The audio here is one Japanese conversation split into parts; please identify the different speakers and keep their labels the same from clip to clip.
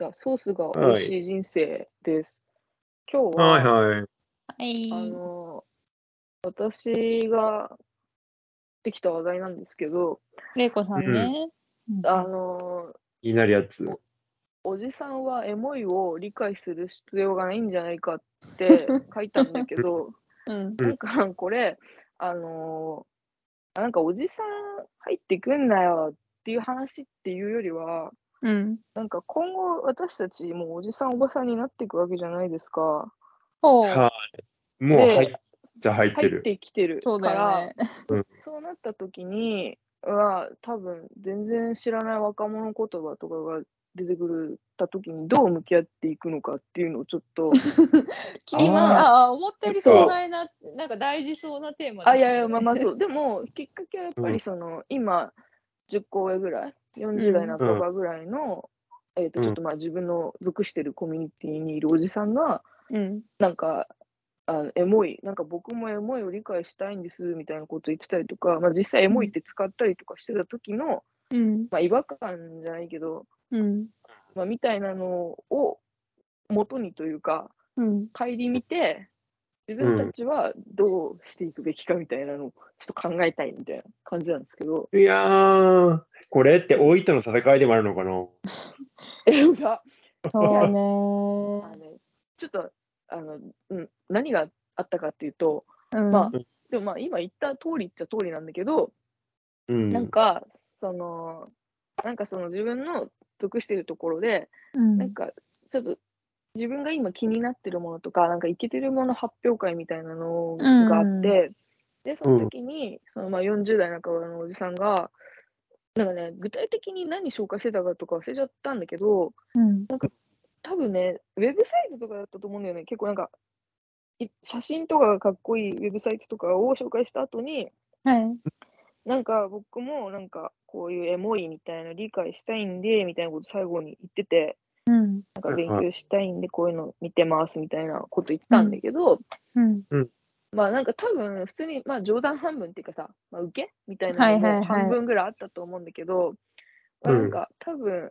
Speaker 1: いやソースが美味しい人生です。今日は、
Speaker 2: はいはい。
Speaker 3: はい。
Speaker 1: あの私ができた話題なんですけど、
Speaker 3: れいこさんね。うん
Speaker 1: あの
Speaker 2: 気になるやつ。
Speaker 1: おじさんはエモいを理解する必要がないんじゃないかって書いたんだけど、
Speaker 3: うん。
Speaker 1: なんかこれ、あのなんかおじさん入ってくんなよっていう話っていうよりは、
Speaker 3: うん。
Speaker 1: なんか今後私たちもうおじさんおばさんになっていくわけじゃないですか。
Speaker 3: ほう。
Speaker 2: はい。もう入っちゃ入って
Speaker 1: 入っ
Speaker 2: る。
Speaker 1: てきてる
Speaker 3: そうだ
Speaker 1: から
Speaker 3: よね。
Speaker 1: そうなった時には多分全然知らない若者言葉とかが出てくるた時にどう向き合っていくのかっていうのをちょっ と
Speaker 3: 今、
Speaker 2: あ
Speaker 3: ああ、思ったより壮大な、なんか大事そうなテーマ
Speaker 1: あいやいやまあまあ
Speaker 3: う。
Speaker 1: そうでもきっかけはやっぱ
Speaker 2: う
Speaker 1: り
Speaker 2: ん
Speaker 1: その、今10個上ぐらい40代半ばぐらいの、えー、と
Speaker 2: うん
Speaker 1: ちょっとまあ自分の属してるコミュニティにいるおじさんが
Speaker 3: うん。
Speaker 1: なんかあのエモいなんか僕もエモいを理解したいんですみたいなこと言ってたりとか、まあ、実際エモいって使ったりとかしてた時の、
Speaker 3: うん。
Speaker 1: まあ、違和感じゃないけど、
Speaker 3: うん。
Speaker 1: まあ、みたいなのを元にというか
Speaker 3: うん。
Speaker 1: 顧みて自分たちはどうしていくべきかみたいなのをちょっと考えたいみたいな感じなんですけど
Speaker 2: いやー、これって老いとの戦いでもあるのかな
Speaker 1: 映画、
Speaker 3: そう
Speaker 1: まあ
Speaker 3: ね。
Speaker 1: ね、ちょっとあの、うん、何があったかっていうと
Speaker 3: うん。
Speaker 1: まあでもまあ今言った通りっちゃ通りなんだけど
Speaker 2: うん。
Speaker 1: なんかそのなんかその自分の属しているところで
Speaker 3: うん
Speaker 1: なんかちょっと自分が今気になってるものとかなんかイケてるもの発表会みたいなのがあって、でその時に、そのまあ40代半ばのおじさんがなんかね具体的に何紹介してたかとか忘れちゃったんだけど
Speaker 3: うん。
Speaker 1: 多分ねウェブサイトとかだったと思うんだよね結構なんかい写真とかがかっこいいウェブサイトとかを紹介した後に
Speaker 3: はい。
Speaker 1: なんか僕もなんかこういうエモいみたいな理解したいんでみたいなこと最後に言ってて。
Speaker 3: うん。
Speaker 1: なんか勉強したいんでこういうの見てますみたいなこと言ってたんだけど、
Speaker 3: うん。
Speaker 1: まあなんか多分普通にまあ冗談半分っていうかさ、まあ、受けみたいなの
Speaker 3: はいはいは
Speaker 1: も
Speaker 3: い
Speaker 1: 半分ぐらいあったと思うんだけど、まあなんか多分、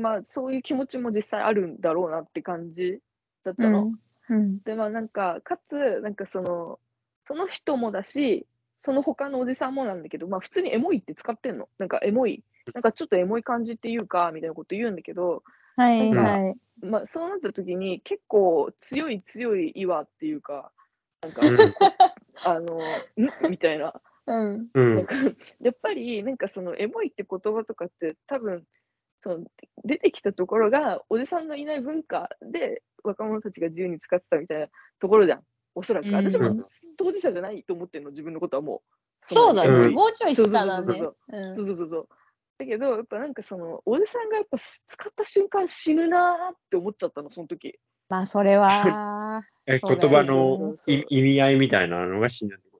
Speaker 1: まあそういう気持ちも実際あるんだろうなって感じだった
Speaker 3: う
Speaker 1: の。
Speaker 3: ん。うん。
Speaker 1: でまあなんかかつなんかそのその人もだしその他のおじさんもなんだけどまあ普通にエモいって使ってんのなんかエモいなんかちょっとエモい感じっていうかみたいなこと言うんだけど、
Speaker 3: はい。
Speaker 1: なんか
Speaker 3: はい。
Speaker 1: まあ、そうなった時に結構強い強い岩っていうかなんか
Speaker 2: うん
Speaker 1: あの んみたいな
Speaker 3: うん。
Speaker 2: うん
Speaker 1: なんかやっぱりなんかそのエモいって言葉とかって多分その出てきたところがおじさんのいない文化で若者たちが自由に使ってたみたいなところじゃんおそら
Speaker 3: う
Speaker 1: く
Speaker 3: ん
Speaker 1: 私も当事者じゃないと思ってるの自分のことはもう
Speaker 3: そうだね。
Speaker 2: うん
Speaker 3: もうちょい下だね。
Speaker 1: そう
Speaker 3: うん
Speaker 1: そうそうそうそうだけどやっぱなんかそのおじさんがやっぱ使った瞬間死ぬなーって思っちゃったのその時。
Speaker 3: まあ、それ は。
Speaker 2: え
Speaker 3: そうだ
Speaker 2: 言葉
Speaker 1: そうそう
Speaker 2: の
Speaker 1: そう
Speaker 2: い意味合いみたいなのが死んだってこ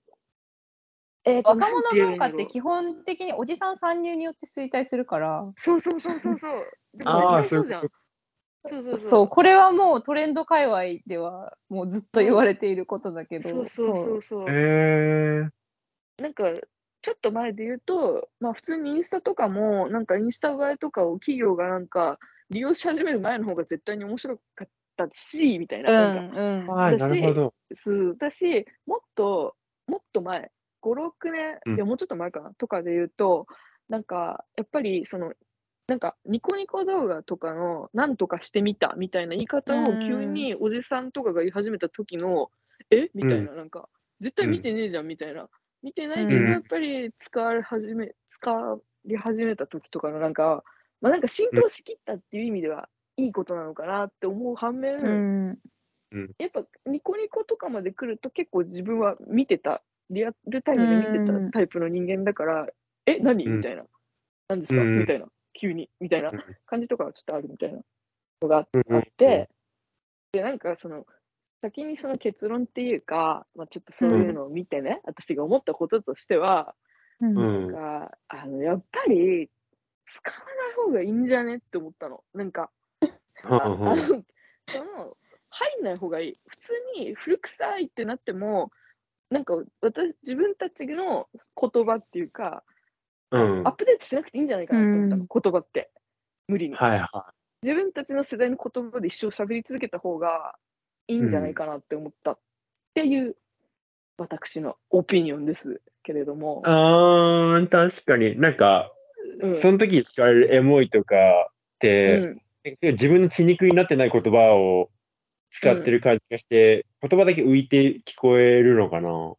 Speaker 1: えーと
Speaker 3: 若者
Speaker 1: なん
Speaker 3: 文化っ
Speaker 1: 言えばいい
Speaker 3: て
Speaker 1: んだろう
Speaker 3: 基本的におじさん参入によって衰退するから。
Speaker 1: そうそうそうそうそう。でも
Speaker 2: あー
Speaker 1: 絶対そうじゃん。そうそう
Speaker 3: そ、
Speaker 1: そう
Speaker 3: これはもうトレンド界隈ではもうずっと言われていることだけ
Speaker 1: う。
Speaker 3: ど。
Speaker 1: そうそうそうそう
Speaker 2: と。へえ
Speaker 1: なんかちょっと前で言うと、まあ普通にインスタとかもなんかインスタ映えとかを企業がなんか利用し始める前の方が絶対に面白かったしみたいな。
Speaker 3: う
Speaker 1: なんか
Speaker 3: んうん。
Speaker 2: ー。はい、なるほど。
Speaker 1: そうだしもっともっと前56年、
Speaker 2: うん
Speaker 1: いやもうちょっと前かなとかで言うとなんかやっぱりそのなんかニコニコ動画とかのなんとかしてみたみたいな言い方を
Speaker 3: うん
Speaker 1: 急におじさんとかが言い始めた時の、えみたいななんか絶対見てねえじゃんみたいな、見てないけ
Speaker 2: う
Speaker 1: ど
Speaker 2: ん
Speaker 1: やっぱり使われ始め使い始めた時とかのなんか、まあ、なんか浸透しきったっていう意味ではいいことなのかなって思う反面、
Speaker 3: うん。
Speaker 1: やっぱニコニコとかまで来ると結構自分は見てたリアルタイムで見て
Speaker 3: うん
Speaker 1: たタイプの人間だから、え何
Speaker 2: うん
Speaker 1: みたいな、何ですか、
Speaker 2: うん
Speaker 1: みたいな急にみたいな
Speaker 2: うん
Speaker 1: 感じとかがちょっとあるみたいなのがあっ
Speaker 2: うん
Speaker 1: あって、でなんかその先にその結論っていうか、まあ、ちょっとそういうのを見てね、私が思ったこととしては、
Speaker 3: うん
Speaker 2: う
Speaker 3: うん
Speaker 2: ん。
Speaker 1: があのやっぱり使わない方がいいんじゃねって思ったのなんかあ
Speaker 2: はんは
Speaker 1: あの
Speaker 2: ん
Speaker 1: その入んない方がいい普通に古臭いってなってもなんか私自分たちの言葉っていうか、
Speaker 2: うん。
Speaker 1: アッ
Speaker 2: は
Speaker 1: プデートしなくていいんじゃないかなと思ったの、
Speaker 3: うん
Speaker 1: 言葉って無理に、
Speaker 2: いは
Speaker 1: 自分たちの世代の言葉で一生喋り続けた方がいいんじゃないかなって思ったっていう私のオピニオンですけれども、
Speaker 2: あー、確かに。なんか、
Speaker 1: うん
Speaker 2: その時使われるエモいとかって、
Speaker 1: うん
Speaker 2: 自分の血肉になってない言葉を使ってる感じがして、言葉だけ浮いて聞こえるのかな。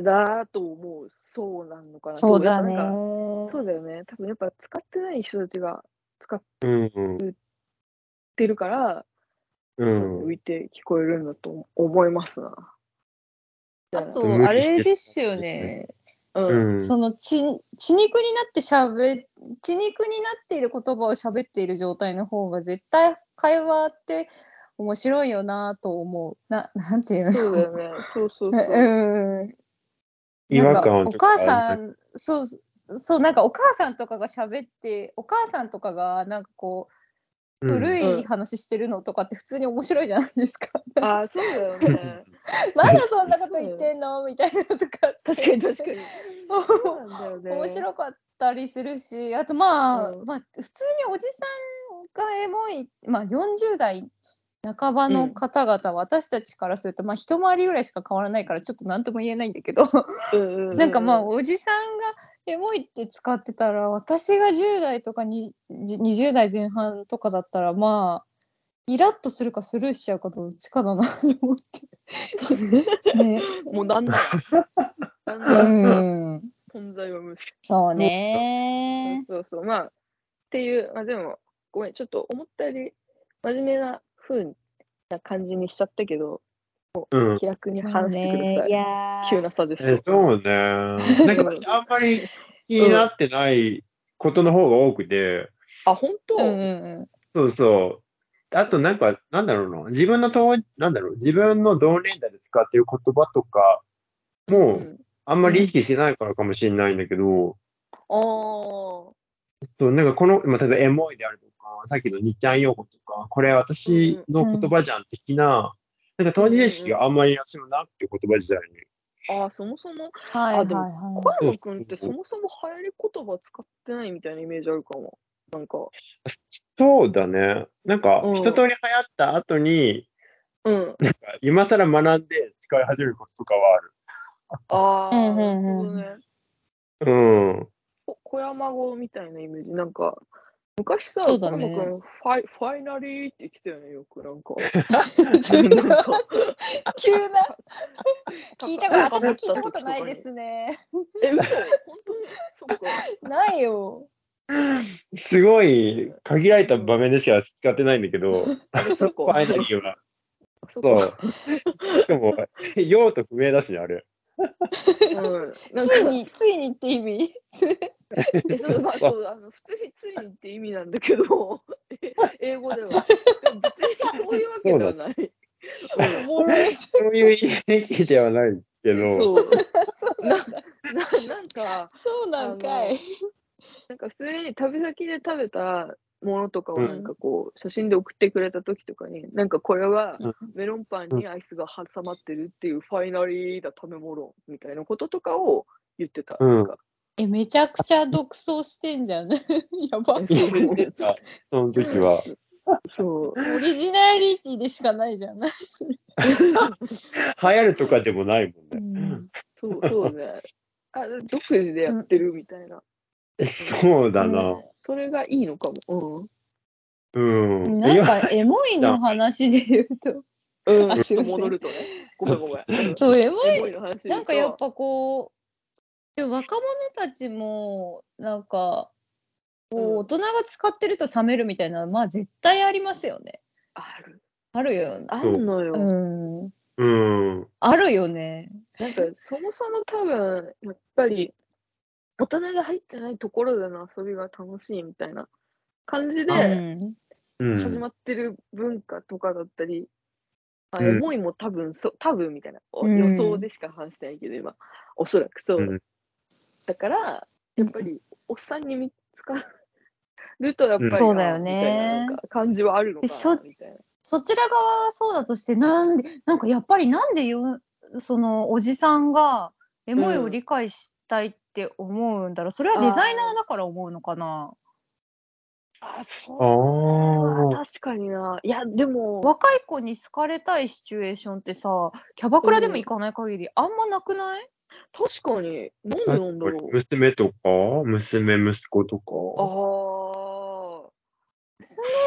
Speaker 1: だと思うそうなのかな
Speaker 3: そうだ
Speaker 1: や
Speaker 3: ね
Speaker 1: っぱなんかそうだよね多分やっぱ使ってない人たちが使っ
Speaker 2: うんうん。
Speaker 1: てるから、
Speaker 2: う
Speaker 1: そうね
Speaker 2: ん。
Speaker 1: 浮いて聞こえるんだと思いますな。
Speaker 3: あ
Speaker 2: 無
Speaker 3: とあ
Speaker 2: 理して
Speaker 3: れですよね
Speaker 1: うん
Speaker 2: うん、
Speaker 3: その血血肉になってしゃべ血肉になっている言葉を喋っている状態の方が絶対会話って面白いよなと思う。ななんて いうの
Speaker 1: そうだよね。そうそうそう。
Speaker 3: うん
Speaker 2: 違和感
Speaker 3: なん
Speaker 2: を
Speaker 3: か
Speaker 2: ちょっ
Speaker 3: お母
Speaker 2: とあ
Speaker 3: さ
Speaker 2: る
Speaker 3: んそうそうなんかお母さんとかが喋ってお母さんとかがなんかこう
Speaker 2: うん
Speaker 3: 古
Speaker 1: うん
Speaker 3: い話してるのとかって普通に面白いじゃないですか。
Speaker 1: ああ、そうだよ ね。
Speaker 3: まだそんなこと言ってんのみたいなとかって
Speaker 1: 確かに確かに。そうなんだよね。
Speaker 3: 面白かったりするしあとまあ、
Speaker 1: うん
Speaker 3: まあ普通におじさんがエモい、まあ、40代半ばの方々、私たちからすると、まあ、一回りぐらいしか変わらないからちょっと何とも言えないんだけど
Speaker 1: うんうう
Speaker 3: なんかまあおじさんがエモいって使ってたら私が10代とかにじ20代前半とかだったらまあイラッとするかスルーしちゃうかどっちかだなと思っ
Speaker 1: そうね
Speaker 3: て。ね、
Speaker 1: もうなんなら。なんなら
Speaker 3: うん
Speaker 1: 存在を無視。
Speaker 3: そうね。
Speaker 1: そうそうそう。まあ、っていう、まあでも、ごめん、ちょっと思ったより真面目な風な感じにしちゃったけど、
Speaker 2: うん。
Speaker 1: 気楽に
Speaker 3: そう
Speaker 1: 話してくだ
Speaker 3: ね
Speaker 1: さ
Speaker 3: い
Speaker 1: い。
Speaker 3: やー
Speaker 1: 急な差で
Speaker 2: え
Speaker 1: す。
Speaker 2: そう ね。なんか私、あんまり気になってないことの方が多くて、
Speaker 1: あ、本当、
Speaker 3: うんうん
Speaker 2: そうそう。あと、なんか、なんだろうな。自分のと、なんだろう。自分の同年代で使ってる言葉とか
Speaker 1: う
Speaker 2: も、
Speaker 1: ん、
Speaker 2: あんまり意識してないからかもしれないんだけど、
Speaker 1: あー
Speaker 2: そう、なんかこの、まあ、例えばエモいであるとか、さっきのにちゃん用語とか、これ私の言葉じゃん的な、なんか当事意識があんまり私もなくて言葉自体に。
Speaker 1: あー、そもそも、
Speaker 3: はいはい
Speaker 1: でも
Speaker 3: は
Speaker 1: 小山くんってそもそも流行り言葉使ってないみたいなイメージあるかも。なんか、
Speaker 2: そうだね。なんか
Speaker 1: うん
Speaker 2: 一通り流行った後に、
Speaker 1: うん。
Speaker 2: なんか今更学んで使い始めることとかは
Speaker 1: ああ、
Speaker 3: うん
Speaker 1: な
Speaker 3: う
Speaker 1: る
Speaker 3: ん
Speaker 1: ほ
Speaker 3: うん
Speaker 1: どね。
Speaker 2: ある。うん。
Speaker 1: こ小山語みたいなイメージ。なんか、昔さ、
Speaker 3: そ
Speaker 1: 小
Speaker 3: うだ
Speaker 1: 山
Speaker 3: ね
Speaker 1: くん、ファイファイナリーって言ってたよね、よく。なんか、
Speaker 3: い。そん
Speaker 1: なん
Speaker 3: な
Speaker 1: か
Speaker 3: 急な 聞いたこと私聞いたこと
Speaker 1: 高
Speaker 3: ないですね。
Speaker 1: え、嘘本当にそっか。
Speaker 3: ないよ。
Speaker 2: すごい限られた場面でしか使ってないんだけ ど、
Speaker 1: あれ、そっか。
Speaker 2: ファイナリーは。
Speaker 1: そっ
Speaker 2: そ
Speaker 1: か。
Speaker 2: う。しかも、用途不明だしね、あれ。
Speaker 1: うん。
Speaker 3: つ
Speaker 1: なん
Speaker 3: い
Speaker 1: か、
Speaker 3: についにって意味。
Speaker 1: え、そう、まあ、そう、あの、普通に、ついにって意味なんだけど、 え英語では。でも別にそういうわけではない。
Speaker 3: おもろいし
Speaker 2: そういう意識ではないけど。
Speaker 1: そう。
Speaker 3: そうなんだ。
Speaker 1: ななんか
Speaker 3: そうなんかい。
Speaker 1: なんか普通に旅先で食べたものとかを
Speaker 2: うん
Speaker 1: なんかこう写真で送ってくれた時とかに、なんかこれは
Speaker 2: うん
Speaker 1: メロンパンにアイスが挟まってるっていうファイナリーだ食べ物みたいなこととかを言ってた。
Speaker 2: うん
Speaker 1: なんか
Speaker 3: えめちゃくちゃ独走してんじゃん。 やば。
Speaker 1: そう
Speaker 2: 言ってた、その時は。
Speaker 1: そう
Speaker 3: オリジナリティでしかないじゃん。何それ
Speaker 2: 流行るとかでもないもんね。
Speaker 1: そうそうね。あ独自でやってるみたいな、
Speaker 2: そうだな。
Speaker 1: それがいいのかも。
Speaker 2: うん。
Speaker 3: なんかエモいの話で言うと。
Speaker 1: うん。うん、
Speaker 3: あすいません
Speaker 1: 戻るとね。ごめんごめん。うん
Speaker 3: そうエモい
Speaker 1: エモいの話で言うと
Speaker 3: なんかやっぱこうでも若者たちもなんかこう
Speaker 1: うん
Speaker 3: 大人が使ってると冷めるみたいなまあ絶対ありますよね。
Speaker 1: ある
Speaker 3: あるよね。
Speaker 1: あんのよ。
Speaker 3: うん、
Speaker 2: うん。
Speaker 3: あるよね。
Speaker 1: なんかそもそも多分やっぱり大人が入ってないところでの遊びが楽しいみたいな感じ
Speaker 2: う
Speaker 1: で
Speaker 3: ん
Speaker 2: うん。
Speaker 1: 始まってる文化とかだったり、まあ、
Speaker 2: うん
Speaker 1: エモいも多分そう多分みたいな、お
Speaker 3: うん
Speaker 1: 予想でしか話してないけど今おそらくそう、
Speaker 2: うん
Speaker 1: だからやっぱりおっさんに見つかるとやっぱり、
Speaker 2: うん
Speaker 3: そうだよ
Speaker 1: あーみ
Speaker 3: ね
Speaker 1: たいななんか感じはあるのか
Speaker 3: そ
Speaker 1: なみたいな。
Speaker 3: そちら側はそうだとしてなんでなんかやっぱりなんでよそのおじさんがエモいを理解したいって思うんだろう、それはデザイナーだから思うのかな。
Speaker 1: あそ
Speaker 2: ああ。
Speaker 1: かにな。いや、でも、
Speaker 3: 若い子に好かれたいシチュエーションってさキャバクラでも行かない限り、あんまなくない
Speaker 1: 確かに、なんでなんだろう。
Speaker 2: 娘とか、娘、息子とか、
Speaker 1: あ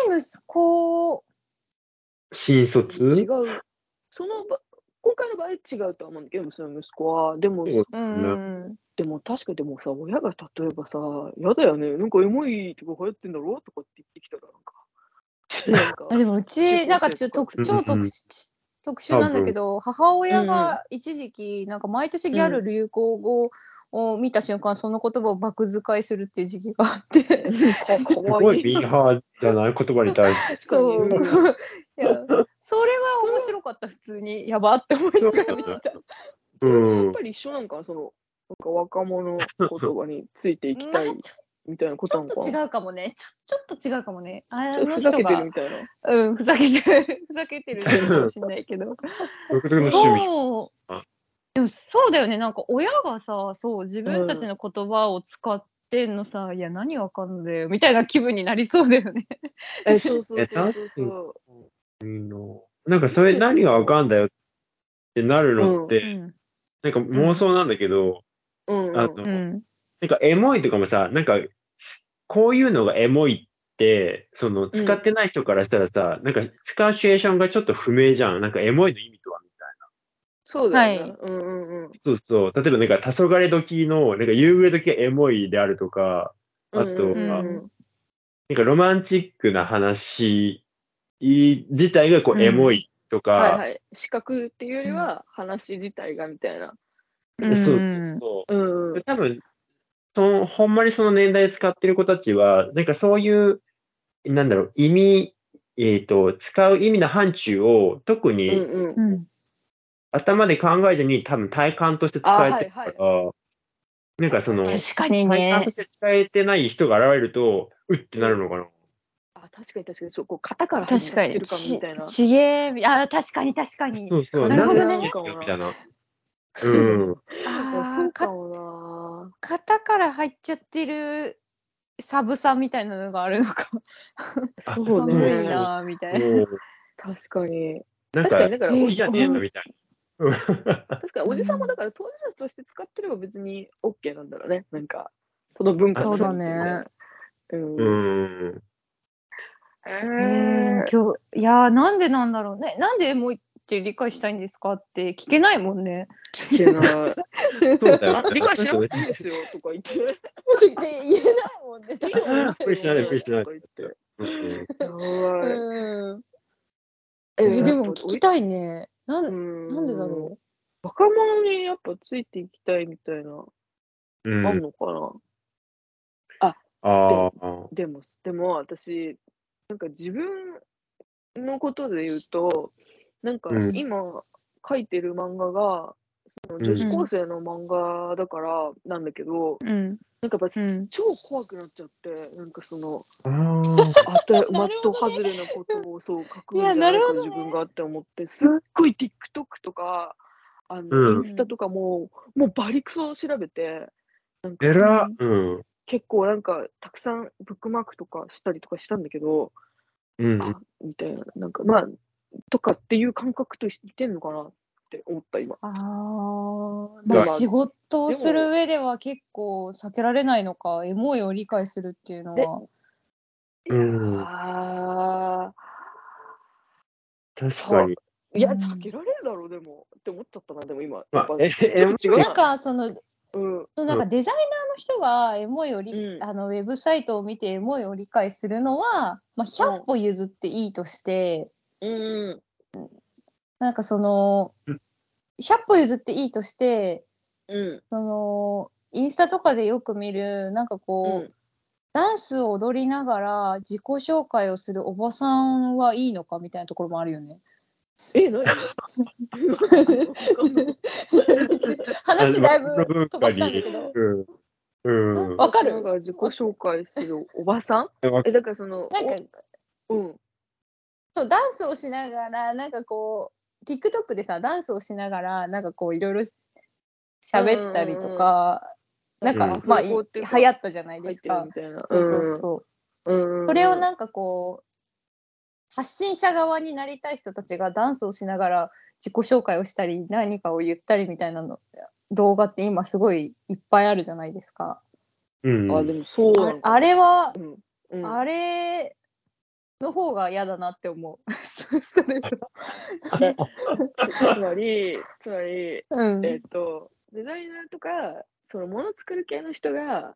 Speaker 3: 娘息子
Speaker 2: 新
Speaker 1: あ、違
Speaker 2: 卒
Speaker 1: う。そのば、今回の場合違うとは思うんだけど、その息子は。でも、
Speaker 2: そう
Speaker 3: うん、
Speaker 1: でも確かでもさ、親が例えばさ、やだよね、なんかエモいとか流行ってんだろとかって言ってきたら、 なんか。な
Speaker 3: あ
Speaker 1: んか
Speaker 3: でもうちなんかちょっと特
Speaker 2: うんう
Speaker 3: 超
Speaker 2: ん
Speaker 3: 特殊特殊なんだけど母親が一時期なんか毎年ギャル流行語を見た瞬間その言葉を爆使いするっていう時期が あって
Speaker 1: か
Speaker 2: す
Speaker 1: か
Speaker 2: ご
Speaker 1: わい
Speaker 2: い
Speaker 1: い。
Speaker 2: ミーハーじゃない言葉に対して。
Speaker 1: 確かに
Speaker 3: そう、
Speaker 1: うん
Speaker 3: いやそれは面白かった普通にやばって思いながら見てた
Speaker 1: それもやっ
Speaker 2: うん
Speaker 1: ぱ。り一緒なんかな、その、なんか若者言葉についていき
Speaker 3: まあ
Speaker 1: たい
Speaker 3: ちょ
Speaker 1: みたいなこ
Speaker 3: ち
Speaker 1: と
Speaker 3: ょ
Speaker 1: な
Speaker 3: っ
Speaker 1: のか
Speaker 3: と
Speaker 1: な。
Speaker 3: 違うかもねちょちょっと違うかもねあ
Speaker 1: ちょっと
Speaker 3: の
Speaker 1: ふ
Speaker 3: 人
Speaker 1: ざけてる
Speaker 3: が
Speaker 1: みたいな。
Speaker 3: うんふざけてるふざけてるのかもしれないけど
Speaker 2: 独特の趣味。
Speaker 3: そう
Speaker 2: あ。
Speaker 3: でもそうだよね。なんか親がさ、そう、自分たちの言葉を使ってんのさ、いや、何わかんだよ、みたいな気分になりそうだよね。
Speaker 1: え、そうそう
Speaker 2: え
Speaker 1: そうそうそう。
Speaker 2: なんかそれ何がわかんだよってなるのって、
Speaker 3: うん。
Speaker 2: なんか妄想なんだけど、
Speaker 1: うん、
Speaker 2: あ
Speaker 1: う
Speaker 2: の
Speaker 1: ん。、
Speaker 3: うん。
Speaker 2: なんかエモいとかもさ、なんかこういうのがエモいって、そ
Speaker 1: う
Speaker 2: の
Speaker 1: ん
Speaker 2: 使ってない人からしたらさ、なんか使うシチュエーションがちょっと不明じゃん。なんかエモいの意味とはみたい
Speaker 1: そうだよ
Speaker 3: は
Speaker 1: ね
Speaker 3: い。
Speaker 1: うんうんうん。
Speaker 2: な。そうそう。例えばなんか黄昏時の、なんか夕暮れ時がエモいであるとか、あと
Speaker 1: うんうん
Speaker 2: は、
Speaker 1: うん
Speaker 2: なんかロマンチックな話自体がこ
Speaker 3: う
Speaker 2: うんエモいとか、
Speaker 1: はいはい。視覚っていうよりは話自体がみたいな。
Speaker 3: うん
Speaker 2: そうそうそう。
Speaker 1: うんうん。
Speaker 2: 多分そのほんまにその年代使ってる子たちは、なんかそういう、なんだろう、意味、えっ、と、使う意味の範疇を特
Speaker 1: うん
Speaker 2: に
Speaker 1: うん。
Speaker 3: うん。
Speaker 2: 頭で考えずに多分体感として使えてるから、なんかその、
Speaker 3: 確かに
Speaker 2: 体感
Speaker 3: ね
Speaker 2: と。して使えてない人が現れると、うってなるのかな。
Speaker 1: あ、確かに確かに。そう、こう型から
Speaker 3: 確
Speaker 1: 始ま
Speaker 3: か
Speaker 1: って
Speaker 3: に。
Speaker 1: るかもみ
Speaker 3: ち
Speaker 1: たいな。
Speaker 3: ちげえ。あ、確かに確かに。
Speaker 2: そうそう、
Speaker 3: なるほどね
Speaker 2: んで好きなのみたいな。うん。
Speaker 1: あ
Speaker 3: あ
Speaker 1: そ
Speaker 3: あ
Speaker 1: うか
Speaker 3: か、
Speaker 1: もな。
Speaker 3: 型から入っちゃってるサブさみたいなのがあるのか。
Speaker 2: あ
Speaker 1: そう
Speaker 3: 寒い
Speaker 1: ね。
Speaker 3: な、みたいな。
Speaker 2: もう、
Speaker 1: 確かに。
Speaker 2: なん
Speaker 1: 確か
Speaker 2: か
Speaker 1: に、、だから、お
Speaker 3: え
Speaker 2: 好
Speaker 1: じ
Speaker 2: きじゃねえのみたいな。
Speaker 1: 確かにおじさんも
Speaker 3: うん
Speaker 1: だから当事者として使ってれば別に OK なんだろうね。なんか、その文化
Speaker 3: そうだ
Speaker 1: として
Speaker 3: ね。
Speaker 1: うん。
Speaker 2: うん。
Speaker 1: え
Speaker 3: うん
Speaker 1: ー
Speaker 3: 今日いやーなんでなんだろうねなんでエモいって理解したいんですかって聞けないもんね。
Speaker 1: 聞けない。
Speaker 2: そうだよね
Speaker 1: あ。理解しなくていいですよとか言って。
Speaker 3: って言えないもんね。
Speaker 1: 理解は
Speaker 2: びっくりしないびっくりしない
Speaker 1: とか言って
Speaker 2: うん
Speaker 1: や
Speaker 3: うん、
Speaker 1: ばい
Speaker 3: えでも聞きたいね。な
Speaker 1: うんん
Speaker 3: なんでだろ
Speaker 1: う。若者にやっぱついていきたいみたいな、
Speaker 2: うん
Speaker 1: あんのかな。
Speaker 2: ああ。
Speaker 1: でも、でも私、なんか自分のことで言うと、なんか
Speaker 2: うん
Speaker 1: 今書いてる漫画が、その
Speaker 2: うん
Speaker 1: 女子高生の漫画だからなんだけど、
Speaker 3: う。うん。
Speaker 1: なんかやっぱ
Speaker 3: うん
Speaker 1: 超怖くなっちゃって、なんかその、
Speaker 2: あー
Speaker 1: あた的
Speaker 3: なるほどね
Speaker 1: 外れなことをそう書くん
Speaker 3: い
Speaker 1: じ
Speaker 3: や
Speaker 1: ゃない
Speaker 3: な
Speaker 1: か
Speaker 3: るほどね
Speaker 1: 自分があって思ってすっごい TikTok とかあの、
Speaker 2: うん
Speaker 1: インスタとかももうバリクソ調べて
Speaker 2: えら うん。
Speaker 1: 結構なんかたくさんブックマークとかしたりとかしたんだけど
Speaker 2: うん
Speaker 1: あ。みたいななんかまあとかっていう感覚と似てんのかなって思った今
Speaker 3: ああ。
Speaker 2: い
Speaker 3: ま
Speaker 2: や
Speaker 3: あ仕事を
Speaker 1: でも
Speaker 3: する上では結構避けられないのかエモいを理解するっていうのは。
Speaker 2: うん。
Speaker 1: あ
Speaker 2: 確かに。
Speaker 1: ーいや
Speaker 3: うん
Speaker 1: 避けられるだろうでもって思っちゃったなでも今や
Speaker 2: まあ
Speaker 1: っぱ
Speaker 2: え
Speaker 1: ちょっと違う
Speaker 3: なんかその
Speaker 1: うん
Speaker 3: そのなんかデザイナーの人がエモいをり、
Speaker 1: うん
Speaker 3: あのウェブサイトを見てエモいを理解するのは、まあ、100歩譲っていいとして、
Speaker 1: うん
Speaker 3: なんかその
Speaker 2: う
Speaker 3: 100歩譲っていいとして
Speaker 1: うん
Speaker 3: そのインスタとかでよく見るなんかこう、
Speaker 1: うん
Speaker 3: ダンスを踊りながら自己紹介をするおばさんはいいのかみたいなところもある よね。
Speaker 1: え、何
Speaker 3: 話だいぶ
Speaker 2: あの
Speaker 3: 飛ばしたんだけど。
Speaker 2: うん。うん。
Speaker 3: わかる
Speaker 1: なんか自己紹介するおばさんえ、だからその、
Speaker 3: なんか
Speaker 1: おうん、
Speaker 3: そうダンスをしながらなんかこう TikTok でさダンスをしながらなんかこういろいろし喋ったり
Speaker 1: うんうん
Speaker 3: とか、
Speaker 1: うん
Speaker 3: なんか、
Speaker 1: うん
Speaker 3: まあ
Speaker 1: 風
Speaker 3: い
Speaker 1: 貌
Speaker 3: 流
Speaker 1: っていうか
Speaker 3: 行ったじゃない
Speaker 1: 入
Speaker 3: で
Speaker 1: っ
Speaker 3: す
Speaker 1: てる
Speaker 3: か
Speaker 1: みたいな。
Speaker 3: そうそうそう、
Speaker 1: うん。うん、
Speaker 3: それをなんかこう発信者側になりたい人たちがダンスをしながら自己紹介をしたり何かを言ったりみたいなの動画って今すごいいっぱいあるじゃないですか。
Speaker 2: うん。
Speaker 1: あ、でもそうな
Speaker 3: あ
Speaker 1: んだ
Speaker 3: あれは、
Speaker 1: うん
Speaker 3: あれの方が嫌だなって思う。 ストレート。
Speaker 1: つつまり、つまり、
Speaker 3: うん
Speaker 1: えっと、デザイナーとか、そのもの作る系の人が、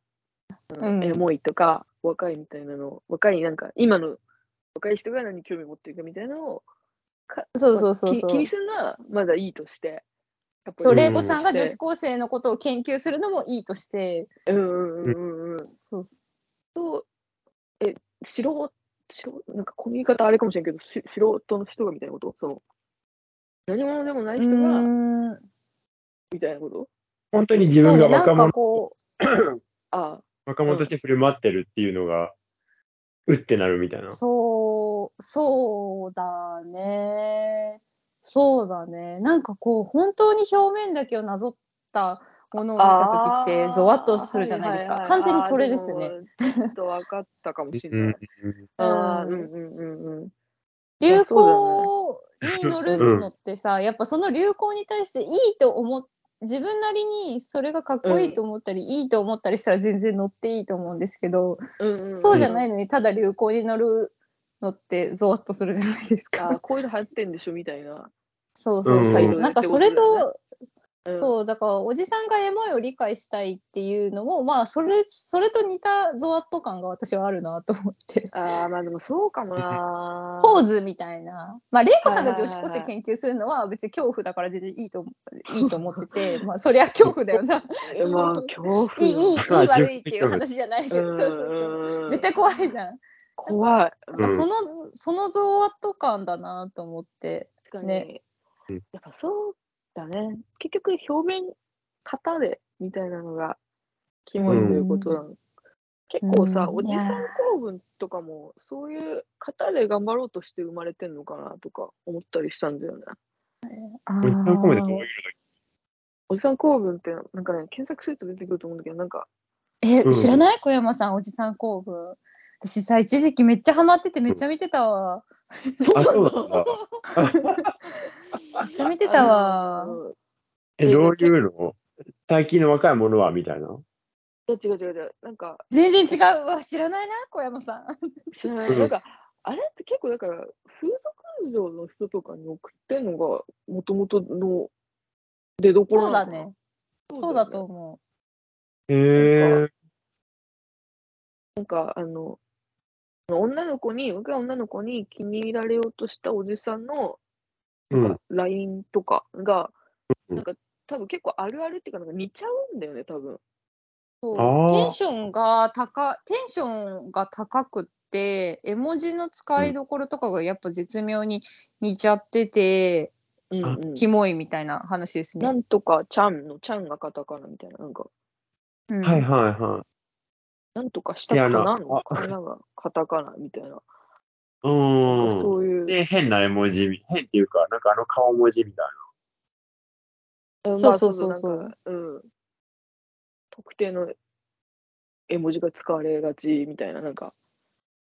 Speaker 3: うん
Speaker 1: エモいとか、若いみたいなの、若い、なんか、今の若い人が何興味持ってるかみたいなのを、か
Speaker 3: そうそうそうそ
Speaker 1: まあ
Speaker 3: う
Speaker 1: き気にするのはまだいいとして。やっぱり
Speaker 3: そう、
Speaker 2: ん
Speaker 3: 玲子さんが
Speaker 1: して
Speaker 3: 女子高生のことを研究するのもいいとして、
Speaker 1: うんうんうんうんうん。
Speaker 3: そうそ
Speaker 1: 素人、素人なんかこの言い方あれかもしれんけど、し素人の人がみたいなことその、何者でもないう人
Speaker 3: う
Speaker 1: が、
Speaker 3: ーん
Speaker 1: みたいなこと
Speaker 2: 本当に自
Speaker 3: そう
Speaker 2: 分が
Speaker 3: ね、な
Speaker 2: 若
Speaker 3: んか
Speaker 2: 者、
Speaker 3: こ
Speaker 1: あ
Speaker 2: 若者として振る舞ってるっていうのが、うってなるみたいな
Speaker 3: う、。そう、そうだね。そうだね。なんかこう、本当に表面だけをなぞったものを見たときって、ゾワッとするじゃないですか。完全にそれですね。。
Speaker 1: あーはいはいはいあーでもちょっと分かったかもしれ
Speaker 2: う
Speaker 1: なんい。あーうんうんうんうん。
Speaker 3: 流
Speaker 1: あそうだ
Speaker 3: 行に乗るのってさ、やっぱその流行に対していいと思っ自分なりにそれがかっこいいと思ったり、いいと思ったりしたら全然乗っていいと思うんですけど、
Speaker 1: うんうんうん、
Speaker 3: そうじゃない
Speaker 1: い。
Speaker 3: のにただ流行に乗るのってゾワッとするじゃないです
Speaker 1: あー
Speaker 3: か。
Speaker 1: こういうの流行ってんでしょみたいな。
Speaker 3: そうそうそう。
Speaker 2: うんうん
Speaker 3: なんかそれ
Speaker 1: ってことだ
Speaker 3: と、
Speaker 1: うん
Speaker 3: そうだからおじさんがエモいを理解したいっていうのもまあそれそれと似たゾワッと感が私はあるなと思って。
Speaker 1: ああ、まあでもそうかもな。
Speaker 3: ポーズみたいな。まあ、玲子さんが女子高
Speaker 1: はいはい
Speaker 3: 生
Speaker 1: はい
Speaker 3: 研究するのは別に恐怖だから全然いいと思いいと思って て、まあ、そりゃ恐怖だよな。
Speaker 1: えまあ、恐怖。
Speaker 3: いい、いい、いい
Speaker 2: まあ
Speaker 3: 悪いっていう話じゃないけ
Speaker 1: うん
Speaker 3: ど、 そうそうそう。
Speaker 1: うんうん
Speaker 3: 絶対怖いじゃん。
Speaker 1: 怖い。
Speaker 2: うん
Speaker 3: その、そのゾワッと感だなと思って。
Speaker 1: 確かに、
Speaker 3: ね
Speaker 2: うん
Speaker 1: やっぱそうだね結局表面型でみたいなのがキモいということなの、結構さ、
Speaker 3: うん
Speaker 1: おじ
Speaker 3: い
Speaker 1: さ
Speaker 3: や
Speaker 1: ん公文とかもそういう型で頑張ろうとして生まれてんのかなとか思ったりしたんだよね
Speaker 3: あ
Speaker 2: 一旦込めてどういうのだっ
Speaker 1: おじさん公文ってなんかね検索すると出てくると思うんだけどなんか
Speaker 3: え、
Speaker 2: うん
Speaker 3: 知らない小山さん、おじさん公文。私さ、一時期めっちゃハマっててめっちゃ見てたわ。
Speaker 2: けあ、そうなんだ。
Speaker 3: めっちゃ見てたわ
Speaker 1: あ。の
Speaker 2: え、どういうの最近の若い者はみたいな。
Speaker 1: いや違う違う違うなんか
Speaker 3: 全然違うわ。知らないな、小山さん。
Speaker 1: 知らな
Speaker 2: う
Speaker 1: い
Speaker 2: ん
Speaker 1: なんかあれって結構だから風俗嬢の人とかに送ってんのがもともとの出どこ
Speaker 3: そ
Speaker 1: ろ
Speaker 3: う
Speaker 1: なの
Speaker 3: だ
Speaker 1: かな
Speaker 3: ね。
Speaker 1: そ
Speaker 3: そうう
Speaker 1: だ
Speaker 3: だ
Speaker 1: ね
Speaker 3: と思
Speaker 2: へえ。
Speaker 1: なんかあの女の子に僕が女の子に気に入られようとしたおじさんの
Speaker 2: う
Speaker 1: なん
Speaker 2: ん
Speaker 1: か。LINE とかが、
Speaker 2: うん
Speaker 1: なんか多分結構あるあるっていうかなんか似ちゃうんだよね多分
Speaker 3: う。
Speaker 2: あー
Speaker 3: テンションが高テンションが高くって絵文字の使いどころとかがやっぱ絶妙に似ちゃってて、
Speaker 1: うん
Speaker 2: あ
Speaker 1: うん
Speaker 3: キモいみたいな話です
Speaker 1: な
Speaker 3: ね。
Speaker 1: んとかちゃんのちゃんがカタカナみたいななんか
Speaker 3: うん
Speaker 2: はいはいは
Speaker 1: なんとかした
Speaker 2: い
Speaker 1: か
Speaker 2: やな
Speaker 1: なの
Speaker 2: あ
Speaker 1: かながカタカナみたいな、
Speaker 2: い。
Speaker 1: なんか
Speaker 2: うん。
Speaker 1: そういう、
Speaker 2: で、変な絵文字、変っていうか、なんかあの顔文字みたい
Speaker 1: うん
Speaker 3: そう
Speaker 1: まあ
Speaker 3: そうそうそう
Speaker 1: なんかうん特定の絵文字が使われがちみたいななんか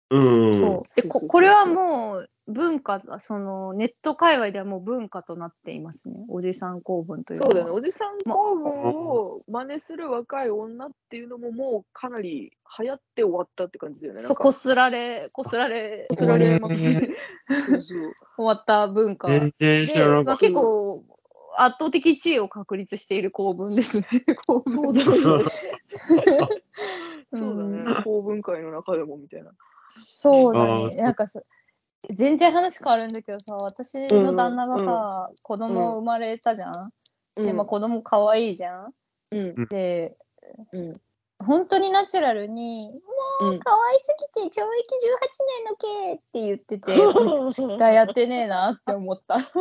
Speaker 2: な。うん。
Speaker 3: そうでここれはもう文化だそのネット界隈ではもう文化となっていますねおじさん公文というの
Speaker 1: そ
Speaker 3: は
Speaker 1: うだよね、おじさん公文を真似する若い女っていうのももうかなり流行って終わったって感じだよね。
Speaker 3: そうこすられこすられ
Speaker 1: こ
Speaker 3: こす
Speaker 1: す
Speaker 3: ら
Speaker 1: ら
Speaker 3: れ
Speaker 1: れ
Speaker 2: れ
Speaker 1: ま
Speaker 2: ま
Speaker 1: く
Speaker 2: く
Speaker 1: っ
Speaker 2: ってて。
Speaker 1: そうそう。
Speaker 3: 終わった文化。
Speaker 2: 全然知ら
Speaker 3: で、
Speaker 2: な
Speaker 3: ま
Speaker 2: かっ
Speaker 3: あ、結構圧倒的地位を確立している構文ですね。 構文
Speaker 1: そうだよね。
Speaker 3: うん
Speaker 1: そうだね。公文会の中でもみたいな。
Speaker 3: そうだ
Speaker 2: あ
Speaker 3: ね。
Speaker 2: ー
Speaker 3: なんかさ 全然話変わるんだけどさ、私の旦那がさ、子供生まれたじゃん。で、まあ、子供可愛いじゃん。
Speaker 1: うん
Speaker 3: で、
Speaker 1: うん
Speaker 3: 本当にナチュラルに、
Speaker 1: う
Speaker 3: 可愛すぎて懲役18年の刑って言ってて、 こいつ絶対やってねえなって思った。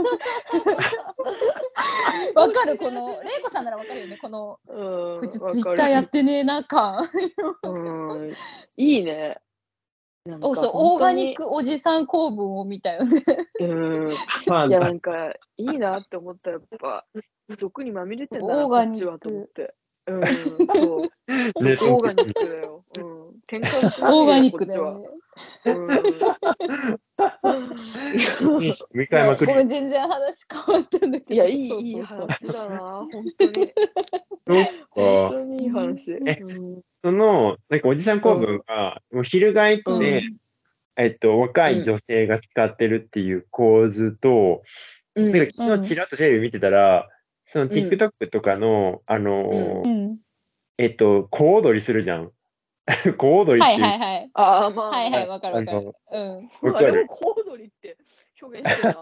Speaker 3: わかるこの、玲子さんならわかるよね、この。
Speaker 1: ん。
Speaker 3: こいつ
Speaker 1: わか
Speaker 3: ツ
Speaker 1: る
Speaker 3: イッターやってねえなか。
Speaker 1: うん。いいね。なんか
Speaker 3: おそうオ
Speaker 1: 本
Speaker 3: ー
Speaker 1: 当
Speaker 3: ガ
Speaker 1: に
Speaker 3: ニッ。クおじさん公文を見たよね。
Speaker 1: うん。
Speaker 2: まあ
Speaker 1: いやなんかいいなって思ったらやっぱ毒にまみれてんだな
Speaker 3: オー
Speaker 1: こ
Speaker 3: ガ
Speaker 1: っ
Speaker 3: ニッ
Speaker 1: ち
Speaker 3: ク
Speaker 1: はと思って。 うん。そう。
Speaker 2: ネッ
Speaker 1: オー
Speaker 2: ト
Speaker 1: ガニック だよ。うん。転換する
Speaker 3: オーガニックだ
Speaker 1: こっ
Speaker 3: よね。
Speaker 1: ちは。うん
Speaker 2: いいし見返まく
Speaker 3: ご
Speaker 2: る
Speaker 3: めん
Speaker 2: よ。
Speaker 3: 全然話変わったんだけど
Speaker 1: いや、いい、
Speaker 3: そうそうそう
Speaker 1: いい話だな、本当に。
Speaker 2: そっ
Speaker 1: 本
Speaker 2: か。
Speaker 1: 当にいい話。
Speaker 2: え
Speaker 1: うん
Speaker 2: その、なんかおじさん構文が、もう翻って、
Speaker 3: うん
Speaker 2: えっと、若い女性が使ってるっていう構図と、
Speaker 1: うん
Speaker 2: なんか昨日ちらっとテレビ見てたら、その TikTok とかの、あのー、
Speaker 3: うん
Speaker 2: えっと、小踊りするじゃん。 小踊りっ
Speaker 3: は
Speaker 2: てい。
Speaker 3: いうはいはい
Speaker 1: ああ、まあ、
Speaker 3: はいはいわかるわか
Speaker 2: あ
Speaker 3: る
Speaker 2: の
Speaker 3: うん
Speaker 1: まあ
Speaker 2: わかる
Speaker 1: でも、コウドリって表現してるな。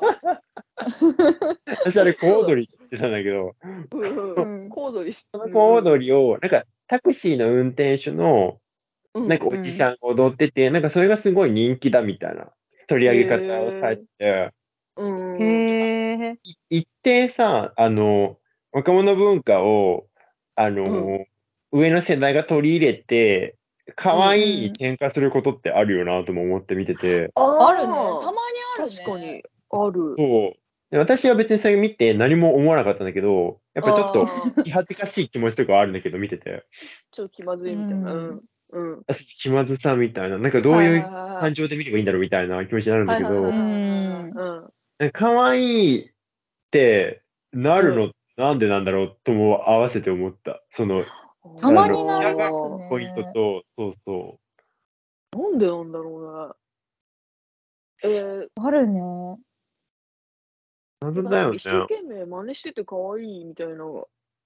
Speaker 2: 私あれ小踊りってたんだけど、
Speaker 1: うん
Speaker 3: う
Speaker 1: うん
Speaker 3: ん
Speaker 1: コウドリし
Speaker 2: その小踊りを、なんかタクシーの運転手の、
Speaker 1: うん
Speaker 2: なんかおじさんが踊ってて、なんかそれがすごい人気だみたいな取り上げ方をされてて、
Speaker 1: うん
Speaker 3: へえ
Speaker 2: 一定さ、あの、若者文化を、あの、上の世代が取り入れて、可愛いに転化することってあるよなとも思って見てて、
Speaker 1: あ
Speaker 3: あるねたまにあるね
Speaker 1: 確かにある。
Speaker 2: そう。で私は別にそれ見て何も思わなかったんだけど、やっぱちょっと
Speaker 1: あー
Speaker 2: 恥ずかしい気持ちとかあるんだけど、見てて。
Speaker 1: ちょっと気まずいみたいな。
Speaker 3: う
Speaker 1: うんん。うん。
Speaker 2: 気まずさみたいな、なんかどういう
Speaker 1: 感
Speaker 2: 感情で見ればいいんだろうみたいな気持ちになるんだけ
Speaker 1: う
Speaker 2: ど、
Speaker 1: ん。
Speaker 2: なんか可愛いってなるの、なんでなんだろうとも合わせて思った。その、
Speaker 3: たまになります
Speaker 1: な
Speaker 3: ね
Speaker 2: ポイントと、そうそ
Speaker 1: んでなんだろうね。えー
Speaker 3: あるね
Speaker 2: う。謎だよね
Speaker 1: 一。生懸命真似してて可愛いみたいな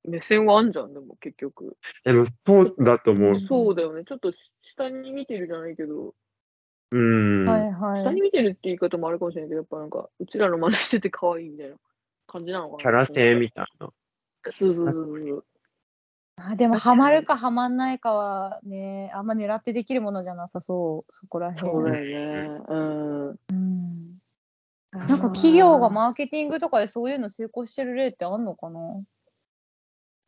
Speaker 1: 目線はあんじゃん、でも結局。
Speaker 2: でも、そうだと思う。
Speaker 1: そうだよね。ちょっと下に見てるじゃないけど、
Speaker 2: うん。
Speaker 3: はいはい
Speaker 1: 下に見てるって言い方もあるかもしれないけど、やっぱなんか、うちらの真似してて可愛いみたいな感じなのかな。
Speaker 2: キャラ性みたいな。
Speaker 1: そうそうそうそう。
Speaker 3: あでもハマるかハマんないかはねあんま狙ってできるものじゃなさそうそこら辺
Speaker 1: そうだよね。うん。
Speaker 3: うん
Speaker 1: な
Speaker 3: なんか企業がマーケティングとかでそういうの成功してる例ってあんのかな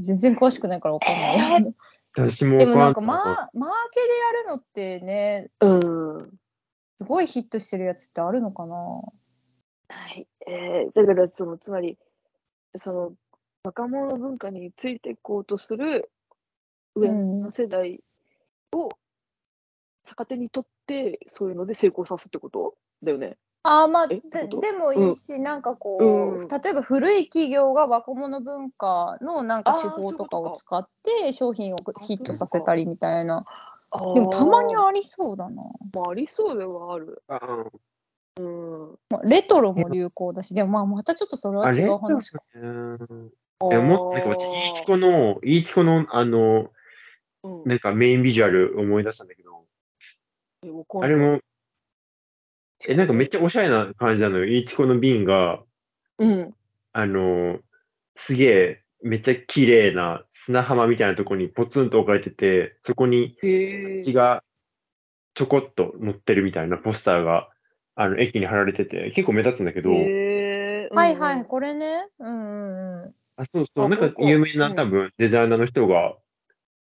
Speaker 3: 全然詳しくないからわかんない、
Speaker 2: 私も
Speaker 3: でもなんか
Speaker 2: わ
Speaker 3: マ
Speaker 2: んない
Speaker 3: ーマーケでやるのってね
Speaker 1: うん。
Speaker 3: すごいヒットしてるやつってあるのかな
Speaker 1: はい。えー、だから、その、つまり、その、若者文化についていこうとする上の世代を逆手にとって、そういうので成功さすってことだよね。
Speaker 3: あーまあ
Speaker 1: え
Speaker 3: で
Speaker 1: ってこと
Speaker 3: でもいいし、なんかこう、
Speaker 1: うん
Speaker 3: 例えば古い企業が若者文化のなんか手法とかを使って商品をヒットさせたりみたいな
Speaker 1: あー
Speaker 3: でもたまにありそうだな、
Speaker 1: まあ、ありそうではある。
Speaker 2: あ
Speaker 1: うん。
Speaker 3: まあ、レトロも流行だしでもまあまたちょっとそれ
Speaker 2: あ
Speaker 3: は違
Speaker 2: れ
Speaker 3: う話か
Speaker 2: うん
Speaker 1: あ
Speaker 2: いやもっとなんか私、イーチコの、イーチコの、あの、
Speaker 1: うん
Speaker 2: なんかメインビジュアル思い出したんだけど、
Speaker 1: えわかん
Speaker 2: あ
Speaker 1: ない
Speaker 2: れも、え、なんかめっちゃおしゃれな感じなのよ。イチコの瓶が、
Speaker 1: うん。
Speaker 2: あの、すげえ、めっちゃ綺麗な砂浜みたいなとこにポツンと置かれてて、そこに
Speaker 1: へえ
Speaker 2: 血がちょこっと乗ってるみたいなポスターが、あの、駅に貼られてて、結構目立つんだけど、
Speaker 1: へえうん
Speaker 3: はいはいこれねうんうんうん
Speaker 2: あ、そうそう、
Speaker 1: あ
Speaker 2: なん
Speaker 1: なん
Speaker 2: か
Speaker 1: か
Speaker 2: 有名な
Speaker 1: うん
Speaker 2: 多分デザイナーの人が、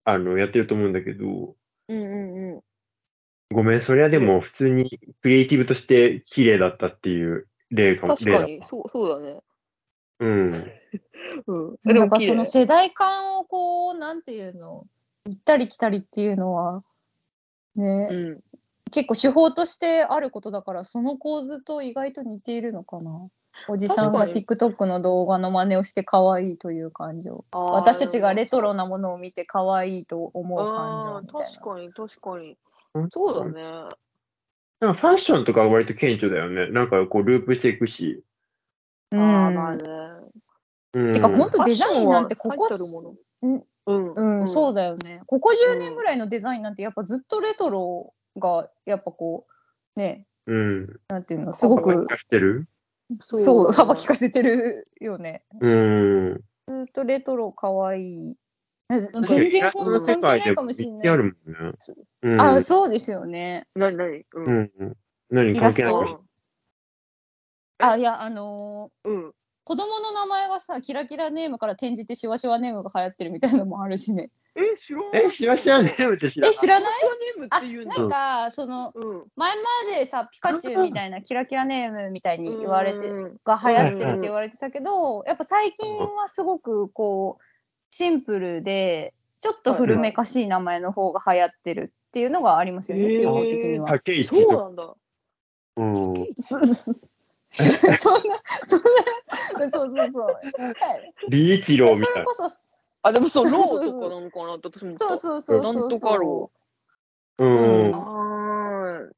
Speaker 2: あの、やってると思うんだけど、
Speaker 1: うんうんうん。
Speaker 2: ごめん、それはでも普通にクリエイティブとして綺麗だったっていう例かも、
Speaker 1: 確か
Speaker 2: 例だ
Speaker 1: に、
Speaker 2: った。
Speaker 1: そう、そうだね。
Speaker 2: うん。
Speaker 1: うん。えで
Speaker 3: なん
Speaker 1: も
Speaker 3: か
Speaker 1: 綺
Speaker 3: その
Speaker 1: 麗。
Speaker 3: 世代間をこうなんていうの行ったり来たりっていうのはね、
Speaker 1: うん。
Speaker 3: 結構手法としてあることだからその構図と意外と似ているのかなおじさんが
Speaker 1: 確かに
Speaker 3: TikTok の動画の真似をして可愛いという感情
Speaker 1: あー
Speaker 3: 私たちがレトロなものを見て可愛いと思う
Speaker 1: あ
Speaker 3: 感
Speaker 1: ー
Speaker 3: 情みたい
Speaker 1: 確かに確かに
Speaker 2: うん
Speaker 1: そうだね
Speaker 2: なんかファッションとかは割と顕著だよね。なんかこうループしていくし。
Speaker 1: あー
Speaker 3: な。うん
Speaker 1: まあね
Speaker 2: うん。
Speaker 3: てかほんとデザインなんて
Speaker 1: ファッ
Speaker 3: ここ
Speaker 1: ションは最
Speaker 3: ん
Speaker 1: たるもの
Speaker 3: う
Speaker 1: うん
Speaker 3: ん、そう
Speaker 1: う
Speaker 3: だよね。ここ10年ぐらいのデザインなんてやっぱずっとレトロがやっぱこうね
Speaker 2: うん。
Speaker 3: なんていうのすごく
Speaker 2: 知ってる
Speaker 3: そ
Speaker 1: だ
Speaker 3: う
Speaker 1: ね
Speaker 3: 幅利かせてるよね。
Speaker 2: うん。
Speaker 3: ずっとレトロ可愛い。
Speaker 1: か
Speaker 3: 全然本当
Speaker 2: 世
Speaker 3: 関係
Speaker 2: 界
Speaker 3: ない
Speaker 2: でも
Speaker 3: かも
Speaker 2: めっ
Speaker 3: しれ
Speaker 2: ちゃ
Speaker 3: な
Speaker 2: あ
Speaker 3: い。
Speaker 2: るもんね。うん。
Speaker 3: あ、そうですよね。
Speaker 1: 何何う
Speaker 2: うんん。何
Speaker 3: イラ
Speaker 2: 関
Speaker 3: ス
Speaker 2: 係
Speaker 3: ト
Speaker 2: ないか
Speaker 1: う
Speaker 2: もしれ
Speaker 1: ん
Speaker 3: あ、いや、あのー
Speaker 1: うん
Speaker 3: 子供の名前がさ、キラキラネームから転じてシワシワネームが流行ってるみたいなのもあるしね。
Speaker 1: え知らん
Speaker 2: ない。え、しわしわネームって知ら
Speaker 3: え、
Speaker 2: ない。
Speaker 3: 知ら
Speaker 1: シ
Speaker 3: な
Speaker 1: ワ
Speaker 3: い
Speaker 1: シワネームっていうん
Speaker 3: な
Speaker 1: だ
Speaker 3: んか、その、
Speaker 1: うん
Speaker 3: 前までさ、ピカチュウみたいな、キラキラネームみたいに言われて、
Speaker 1: うん
Speaker 3: が流行ってるって言われてたけど、やっぱ最近はすごくこう、シンプルで、ちょっと古めかしい名前の方が流行ってるっていうのがありますよね、
Speaker 1: はいはい
Speaker 3: 用語的には。
Speaker 2: 竹市
Speaker 1: そう
Speaker 2: と
Speaker 1: なんだ
Speaker 2: うん。
Speaker 3: すすそんなそんなそうそうそう。
Speaker 2: リーチローみ
Speaker 3: そ
Speaker 2: たい
Speaker 3: れこそ
Speaker 1: あ、でもそう、ローとかなのかなって私も思った。
Speaker 3: そうそうそうそうそう。
Speaker 1: なんとかロ
Speaker 2: な。うん。うん
Speaker 1: ー。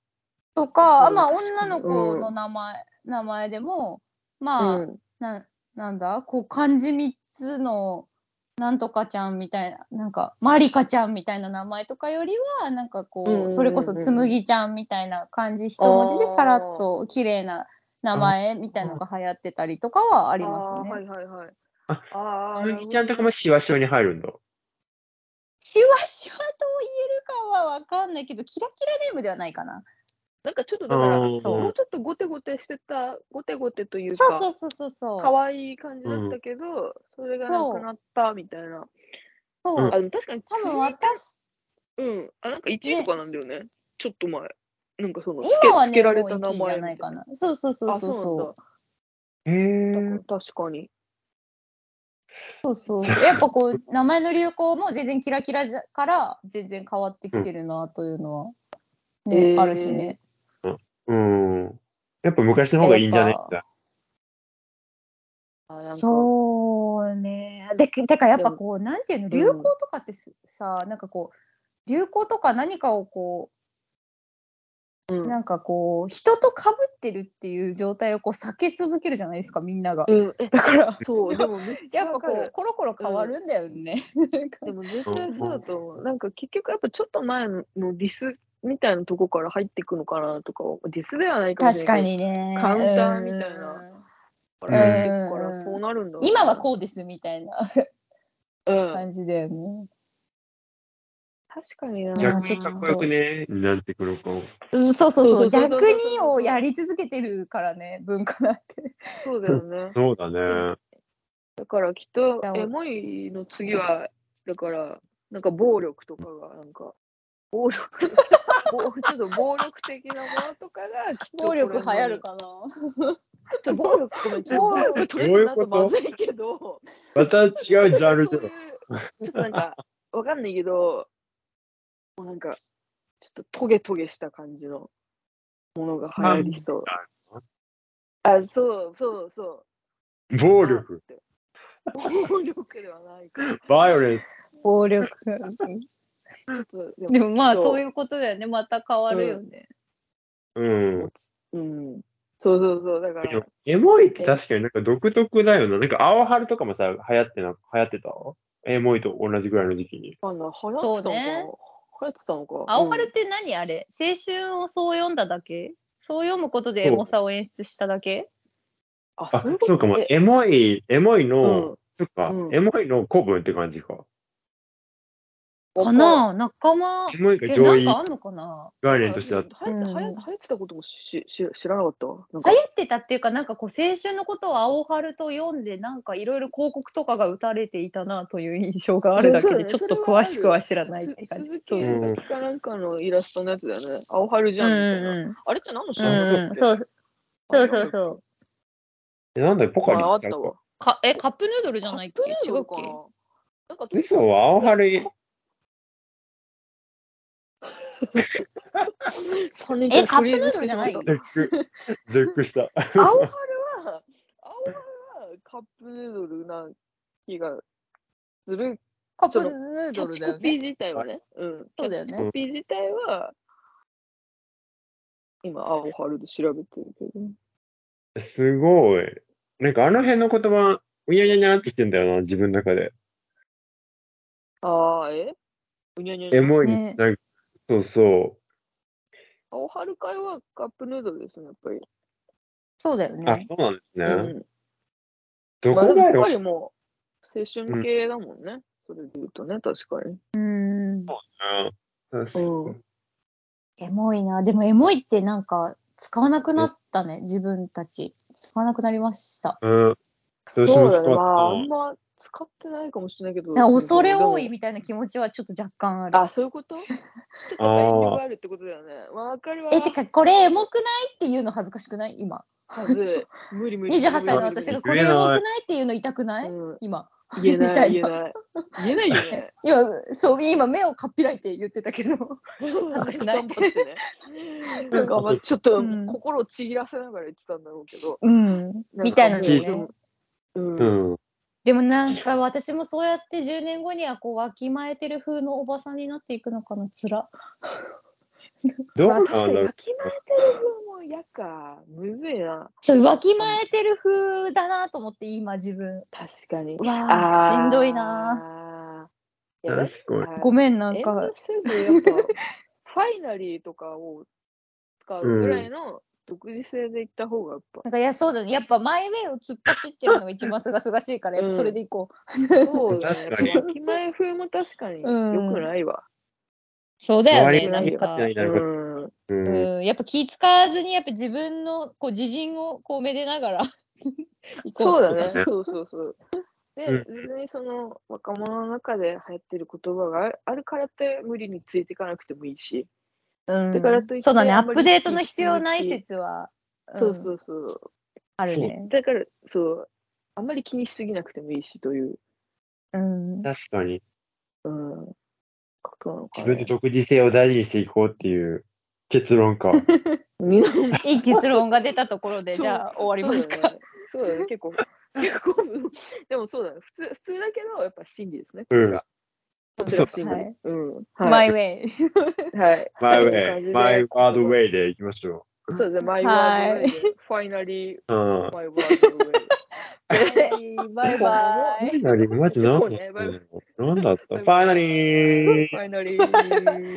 Speaker 3: とか、
Speaker 1: うん
Speaker 3: まあ女の子の名前、名前でもまあ、
Speaker 1: うん。
Speaker 3: ななんだこう漢字3つのなんとかちゃんみたいななんかマリカちゃんみたいな名前とかよりはなんかこう,、
Speaker 1: うんうんうんうん
Speaker 3: それこそつむぎちゃんみたいな感じ一文字でさらっと綺麗な名前みたいのが流行ってたりとかはあります
Speaker 1: あー
Speaker 3: ね。
Speaker 1: はいはいはい。
Speaker 2: あ
Speaker 1: あー、
Speaker 2: 鈴木ちゃんとか
Speaker 1: も。
Speaker 2: もしわしわに入るんだ。
Speaker 3: シワシワと言えるかはわかんないけどキラキラネームではないかな。
Speaker 1: なんかちょっとだから、
Speaker 2: う
Speaker 1: も
Speaker 2: ん
Speaker 1: うちょっとゴテゴテしてた、ゴテゴテというか、
Speaker 3: そうそうそうそうそう。
Speaker 1: 可愛い感じだったけど、それがなくなったみたいな。
Speaker 3: そう
Speaker 2: うん
Speaker 1: あ、でも確かに、
Speaker 3: 多分私
Speaker 1: うん。あ、なんか1位とかなんだよね。ちょっと前。なんかその、
Speaker 3: 今は
Speaker 1: つ
Speaker 3: ね
Speaker 1: けつけら
Speaker 3: も
Speaker 1: れ
Speaker 3: う
Speaker 1: た
Speaker 3: 1
Speaker 1: 名
Speaker 3: 位じゃ
Speaker 1: 前
Speaker 3: ない
Speaker 1: みた
Speaker 3: か
Speaker 1: いな。
Speaker 3: な。そうそうそう
Speaker 1: あ、
Speaker 3: そう
Speaker 1: そう
Speaker 3: そう
Speaker 1: な。ん
Speaker 2: へえ。
Speaker 1: だ。だから確かに。
Speaker 3: そうそうそう。やっぱこう、名前の流行も全然キラキラじゃから、全然変わってきてるなというのは、ね、
Speaker 1: えー
Speaker 3: あるしね。
Speaker 2: うん。やっぱ昔の方がいいんじゃない
Speaker 3: やっ
Speaker 2: か。
Speaker 1: あなんか
Speaker 3: そうね。で、だからやっぱこう、なんていうの、流行とかってすさ、なんかこう、流行とか何かをこ
Speaker 1: う
Speaker 3: う、
Speaker 1: ん。
Speaker 3: なんかこう、人と被ってるっていう状態をこう避け続けるじゃないですか、みんなが。
Speaker 1: うん、え
Speaker 3: だから、
Speaker 1: そう、でもめっちゃ
Speaker 3: やっぱ
Speaker 1: わか
Speaker 3: こう、
Speaker 1: る。
Speaker 3: コロコロ変わるんだよね。なんか
Speaker 1: でも絶対そうだと思う。なんか結局やっぱちょっと前のディスみたいなとこから入ってくのかなとか、ディスではないかもし
Speaker 3: 確
Speaker 1: れな
Speaker 3: か
Speaker 1: いけ
Speaker 3: にね。
Speaker 1: カウンターみたいなど、
Speaker 3: うん
Speaker 1: か
Speaker 2: に
Speaker 1: ら入ってく
Speaker 3: う
Speaker 1: か
Speaker 3: ん
Speaker 1: らそうなるんだろうな
Speaker 3: 今はこうですみたいな
Speaker 1: うん。
Speaker 3: 感じだよね。
Speaker 1: 確かにな。
Speaker 3: うん
Speaker 2: 逆
Speaker 3: ちょ
Speaker 2: に
Speaker 3: っ
Speaker 2: か
Speaker 3: と
Speaker 2: っこよくね、になってくるかも。
Speaker 3: うん、そうそうそ
Speaker 1: そ
Speaker 3: う
Speaker 1: うそうそうそう
Speaker 3: 逆にをやり続けてるからね文化なんて。
Speaker 1: そうだよね。
Speaker 2: そうだね。
Speaker 1: だからきっと
Speaker 3: じゃあ
Speaker 1: エモいの次は、だから、なんか暴力とかが、なんか、暴 力、暴ちょっと暴力的なものとかがきっとこ
Speaker 3: 暴
Speaker 1: れ
Speaker 3: 力
Speaker 1: の
Speaker 3: 流行るかな。
Speaker 1: ちょっと暴力ごめん、ちょっと暴力取れてなとまずいけど。
Speaker 2: また違うジャンルで
Speaker 1: そういう、ちょっとなんか、わかんないけど、もうなんか、ちょっとトゲトゲした感じのものが流行りそう。あ、そうそうそ
Speaker 2: 暴
Speaker 1: う。
Speaker 2: 力、
Speaker 1: 暴力ではないか。
Speaker 2: バイオレンス。
Speaker 3: 暴力。
Speaker 1: ちょっと、で
Speaker 3: でもまあそう
Speaker 1: う。
Speaker 3: いうことだよね。また変わるよね。
Speaker 2: うん。
Speaker 1: うん。そうそうそう。だか
Speaker 2: でも
Speaker 1: ら、
Speaker 2: エモいって確かになんか独特だよな。なんか青春とかもさ、流行ってな、流行ってたエモいと同じぐらいの時期に。
Speaker 1: あの、流行ってたのか
Speaker 3: そう
Speaker 1: な、
Speaker 3: ね
Speaker 1: 流行ってたのか。
Speaker 3: 青春
Speaker 1: う
Speaker 3: っ
Speaker 1: ん
Speaker 3: て何あれ青春をそう読んだだけそう読むことでエモさを演出しただけ
Speaker 1: あ、
Speaker 2: あ
Speaker 1: そういう、こと
Speaker 2: そうかも。
Speaker 1: え
Speaker 2: エモい、エモいうの
Speaker 1: ん、
Speaker 2: そっか
Speaker 1: う、ん
Speaker 2: エモいの古文って感じか。
Speaker 3: かな仲間
Speaker 2: エモいが
Speaker 3: えな
Speaker 2: 上
Speaker 3: ん
Speaker 2: 位
Speaker 3: かあんのかな
Speaker 2: 概
Speaker 1: 流
Speaker 2: 念
Speaker 1: 行
Speaker 2: としてあっ
Speaker 1: って
Speaker 2: た。
Speaker 1: 流行って
Speaker 3: うん
Speaker 1: 流行ってたこともしし知らなかったわ。なんか
Speaker 3: 流行ってたっていうかなんかこう青春のことを青春と読んでなんかいろいろ広告とかが打たれていたなという印象があるだけ
Speaker 1: そう
Speaker 3: で
Speaker 1: だね
Speaker 3: ちょっ
Speaker 1: そ
Speaker 3: と
Speaker 1: れはあ
Speaker 3: 詳
Speaker 1: る
Speaker 3: しくは知らないって感
Speaker 1: す
Speaker 3: じ。
Speaker 1: 鈴木
Speaker 3: そうそううん
Speaker 1: 鈴木かなんかのイラストのやつだよね。青春じ
Speaker 3: う
Speaker 1: ゃ
Speaker 3: ん
Speaker 1: んみたいな。
Speaker 3: うん
Speaker 1: あれって何の
Speaker 3: う
Speaker 1: 写
Speaker 3: ん
Speaker 1: 真
Speaker 3: う
Speaker 1: だっ
Speaker 3: ん
Speaker 1: け、
Speaker 3: そうそうそうそう
Speaker 2: えなんだよ、ポカ
Speaker 1: あ
Speaker 2: リ
Speaker 1: あっ
Speaker 2: さ
Speaker 1: たわ。
Speaker 3: かえカップヌードルじゃないっ
Speaker 1: カップヌ
Speaker 3: け
Speaker 1: ー
Speaker 3: 違
Speaker 1: ド
Speaker 3: うっ
Speaker 1: ルか
Speaker 3: け
Speaker 1: ななんか
Speaker 2: 嘘は 青春、
Speaker 1: 3人
Speaker 3: えカップヌードルじゃない
Speaker 1: 青
Speaker 2: 絶句、絶句した。
Speaker 1: 春は、青春はカップヌードルな気がする。
Speaker 3: カップヌー
Speaker 1: キ
Speaker 3: ド
Speaker 1: ャ
Speaker 3: ル
Speaker 1: ッチ
Speaker 3: だ
Speaker 1: コ
Speaker 3: よ
Speaker 1: ピー
Speaker 3: ね
Speaker 1: 自体はね。うん。
Speaker 3: そうだよ
Speaker 1: キャッチ
Speaker 3: ね
Speaker 1: コピー自体は、今、青春で調べてるけど。
Speaker 2: すごい。なんかあの辺の言葉、うにゃにゃにゃってきてんだよな、自分の中で。
Speaker 1: ああ、えうにゃにゃに
Speaker 2: エ
Speaker 1: ゃ
Speaker 2: モい、
Speaker 3: ね
Speaker 2: なんか、そうそ
Speaker 1: 青春会はカップヌードルですね、やっぱり。
Speaker 3: そうだよ
Speaker 2: う。あ、
Speaker 3: ね
Speaker 2: そうなんですね。
Speaker 1: うん。
Speaker 2: ど
Speaker 1: まあ
Speaker 2: こ
Speaker 1: で
Speaker 2: が
Speaker 1: もポ
Speaker 2: よ
Speaker 1: カリも青春系だもんね。それで言うとね、確かに。
Speaker 3: う
Speaker 2: う
Speaker 3: ん
Speaker 2: ん
Speaker 3: エモいなでもエモいってなんか使わなくなったね自分たち使わなくなりました
Speaker 2: うん。私も
Speaker 1: そうだね。
Speaker 2: 使った
Speaker 1: まあ、あんま使ってないかもしれないけど。
Speaker 3: なんか恐れ多い
Speaker 1: でも。
Speaker 3: みたいな気持ちはちょっと若干ある
Speaker 1: あ、そういうことちょっと遠慮があるってことだよね。わかるわ。
Speaker 3: えてかこれエモくないっていうの恥ずかしくない今
Speaker 1: はずい無理無理。
Speaker 3: 28歳
Speaker 1: 無
Speaker 3: の
Speaker 1: 理無
Speaker 3: 私
Speaker 1: 理
Speaker 3: がこれエモくないっていうの痛くない、
Speaker 1: うん
Speaker 3: 今
Speaker 1: 言え
Speaker 3: み
Speaker 1: な
Speaker 3: た
Speaker 1: い
Speaker 3: い
Speaker 1: 言え
Speaker 3: な
Speaker 1: ない言えないよね
Speaker 3: いやそう今目をかっぴらいて言ってたけど恥ずかしくない
Speaker 1: 頑張ってね
Speaker 2: うん
Speaker 1: 頑張ってちょっと
Speaker 3: うん
Speaker 1: 心をちぎらせながら言ってたんだろうけど、
Speaker 3: うん
Speaker 1: なんか
Speaker 3: みたいなの
Speaker 2: よね
Speaker 1: もううん
Speaker 2: うん。
Speaker 3: でもなんか私もそうやって10年後にはこうわきまえてる風のおばさんになっていくのかなつら
Speaker 2: どう
Speaker 1: ま
Speaker 2: な
Speaker 1: あ
Speaker 2: ん
Speaker 1: 確
Speaker 2: だ
Speaker 1: かに
Speaker 2: ろう
Speaker 1: わ。きまえてるのも嫌かむずいな
Speaker 3: そうわきまえてる風だなと思って今自分
Speaker 1: 確かに
Speaker 3: うわあしんどいな
Speaker 1: な
Speaker 2: 確かに
Speaker 3: ごめんなん
Speaker 1: 遠
Speaker 3: か
Speaker 1: 慮せずやっぱファイナリーとかを使うぐらいの独自性でいった方がやっ ぱ、
Speaker 3: なんかいやそうだねやっぱマイウェイを突っ走ってるのが一番すがすがしいから、やっぱそれでいこう
Speaker 1: そうだねやっ
Speaker 2: 確かに
Speaker 1: ぱわきまえ風も確かに
Speaker 3: うん
Speaker 1: 良くないわ、
Speaker 3: そうだよ
Speaker 2: 周
Speaker 3: ね
Speaker 2: り
Speaker 3: な
Speaker 2: が
Speaker 3: ん
Speaker 2: 良
Speaker 3: か
Speaker 2: くないなるほど。
Speaker 1: うん、
Speaker 2: うん。
Speaker 3: うん、やっぱ気使わずにやっぱ自分のこう自陣をこうめでながら行こう
Speaker 1: そうだ
Speaker 2: そうだね
Speaker 1: ねそうそうそうで
Speaker 2: うん
Speaker 1: 別にその若者の中で流行ってる言葉があるあるからって無理についていかなくてもいいし、
Speaker 3: うん
Speaker 1: だからといって
Speaker 3: そうだねア
Speaker 1: あんま
Speaker 3: ッ
Speaker 1: り
Speaker 3: プデートの必要ない説は、
Speaker 1: そう
Speaker 3: う
Speaker 1: そ
Speaker 3: ん
Speaker 1: うそう
Speaker 3: あるね
Speaker 1: だからそうあんまり気にしすぎなくてもいいしという、
Speaker 3: うん
Speaker 2: 確かに。
Speaker 1: うん、ことなのか
Speaker 2: 自
Speaker 1: な
Speaker 2: 分の独自性を大事にしていこうっていう結論か。
Speaker 1: みんない
Speaker 3: い結論が出たところで
Speaker 1: そう
Speaker 3: じゃあ終わりますか、
Speaker 1: そうだね。そうだね。結 構、結構、でもそうだね。普通、普通だけど、やっぱ真理ですね。こ
Speaker 2: うん
Speaker 1: ちら。こちら真理。
Speaker 3: はい
Speaker 1: うん。はい。
Speaker 3: マイウェイ
Speaker 1: はい。
Speaker 2: マイウ
Speaker 1: こんな感じ
Speaker 2: ェイ、
Speaker 1: で
Speaker 2: マイワードウェイでいきましょ
Speaker 1: そうですね。マイ
Speaker 3: は
Speaker 1: ワ
Speaker 3: い
Speaker 1: ードウェイで。ファイナリー、
Speaker 2: う。うん。
Speaker 1: マイワードウェイ。
Speaker 3: はい バイバ
Speaker 2: ファ
Speaker 3: イ
Speaker 2: イナリー、マジなん
Speaker 1: そう
Speaker 2: だっ
Speaker 1: ね
Speaker 2: たのなんだったファイナリー
Speaker 1: ファイナリー。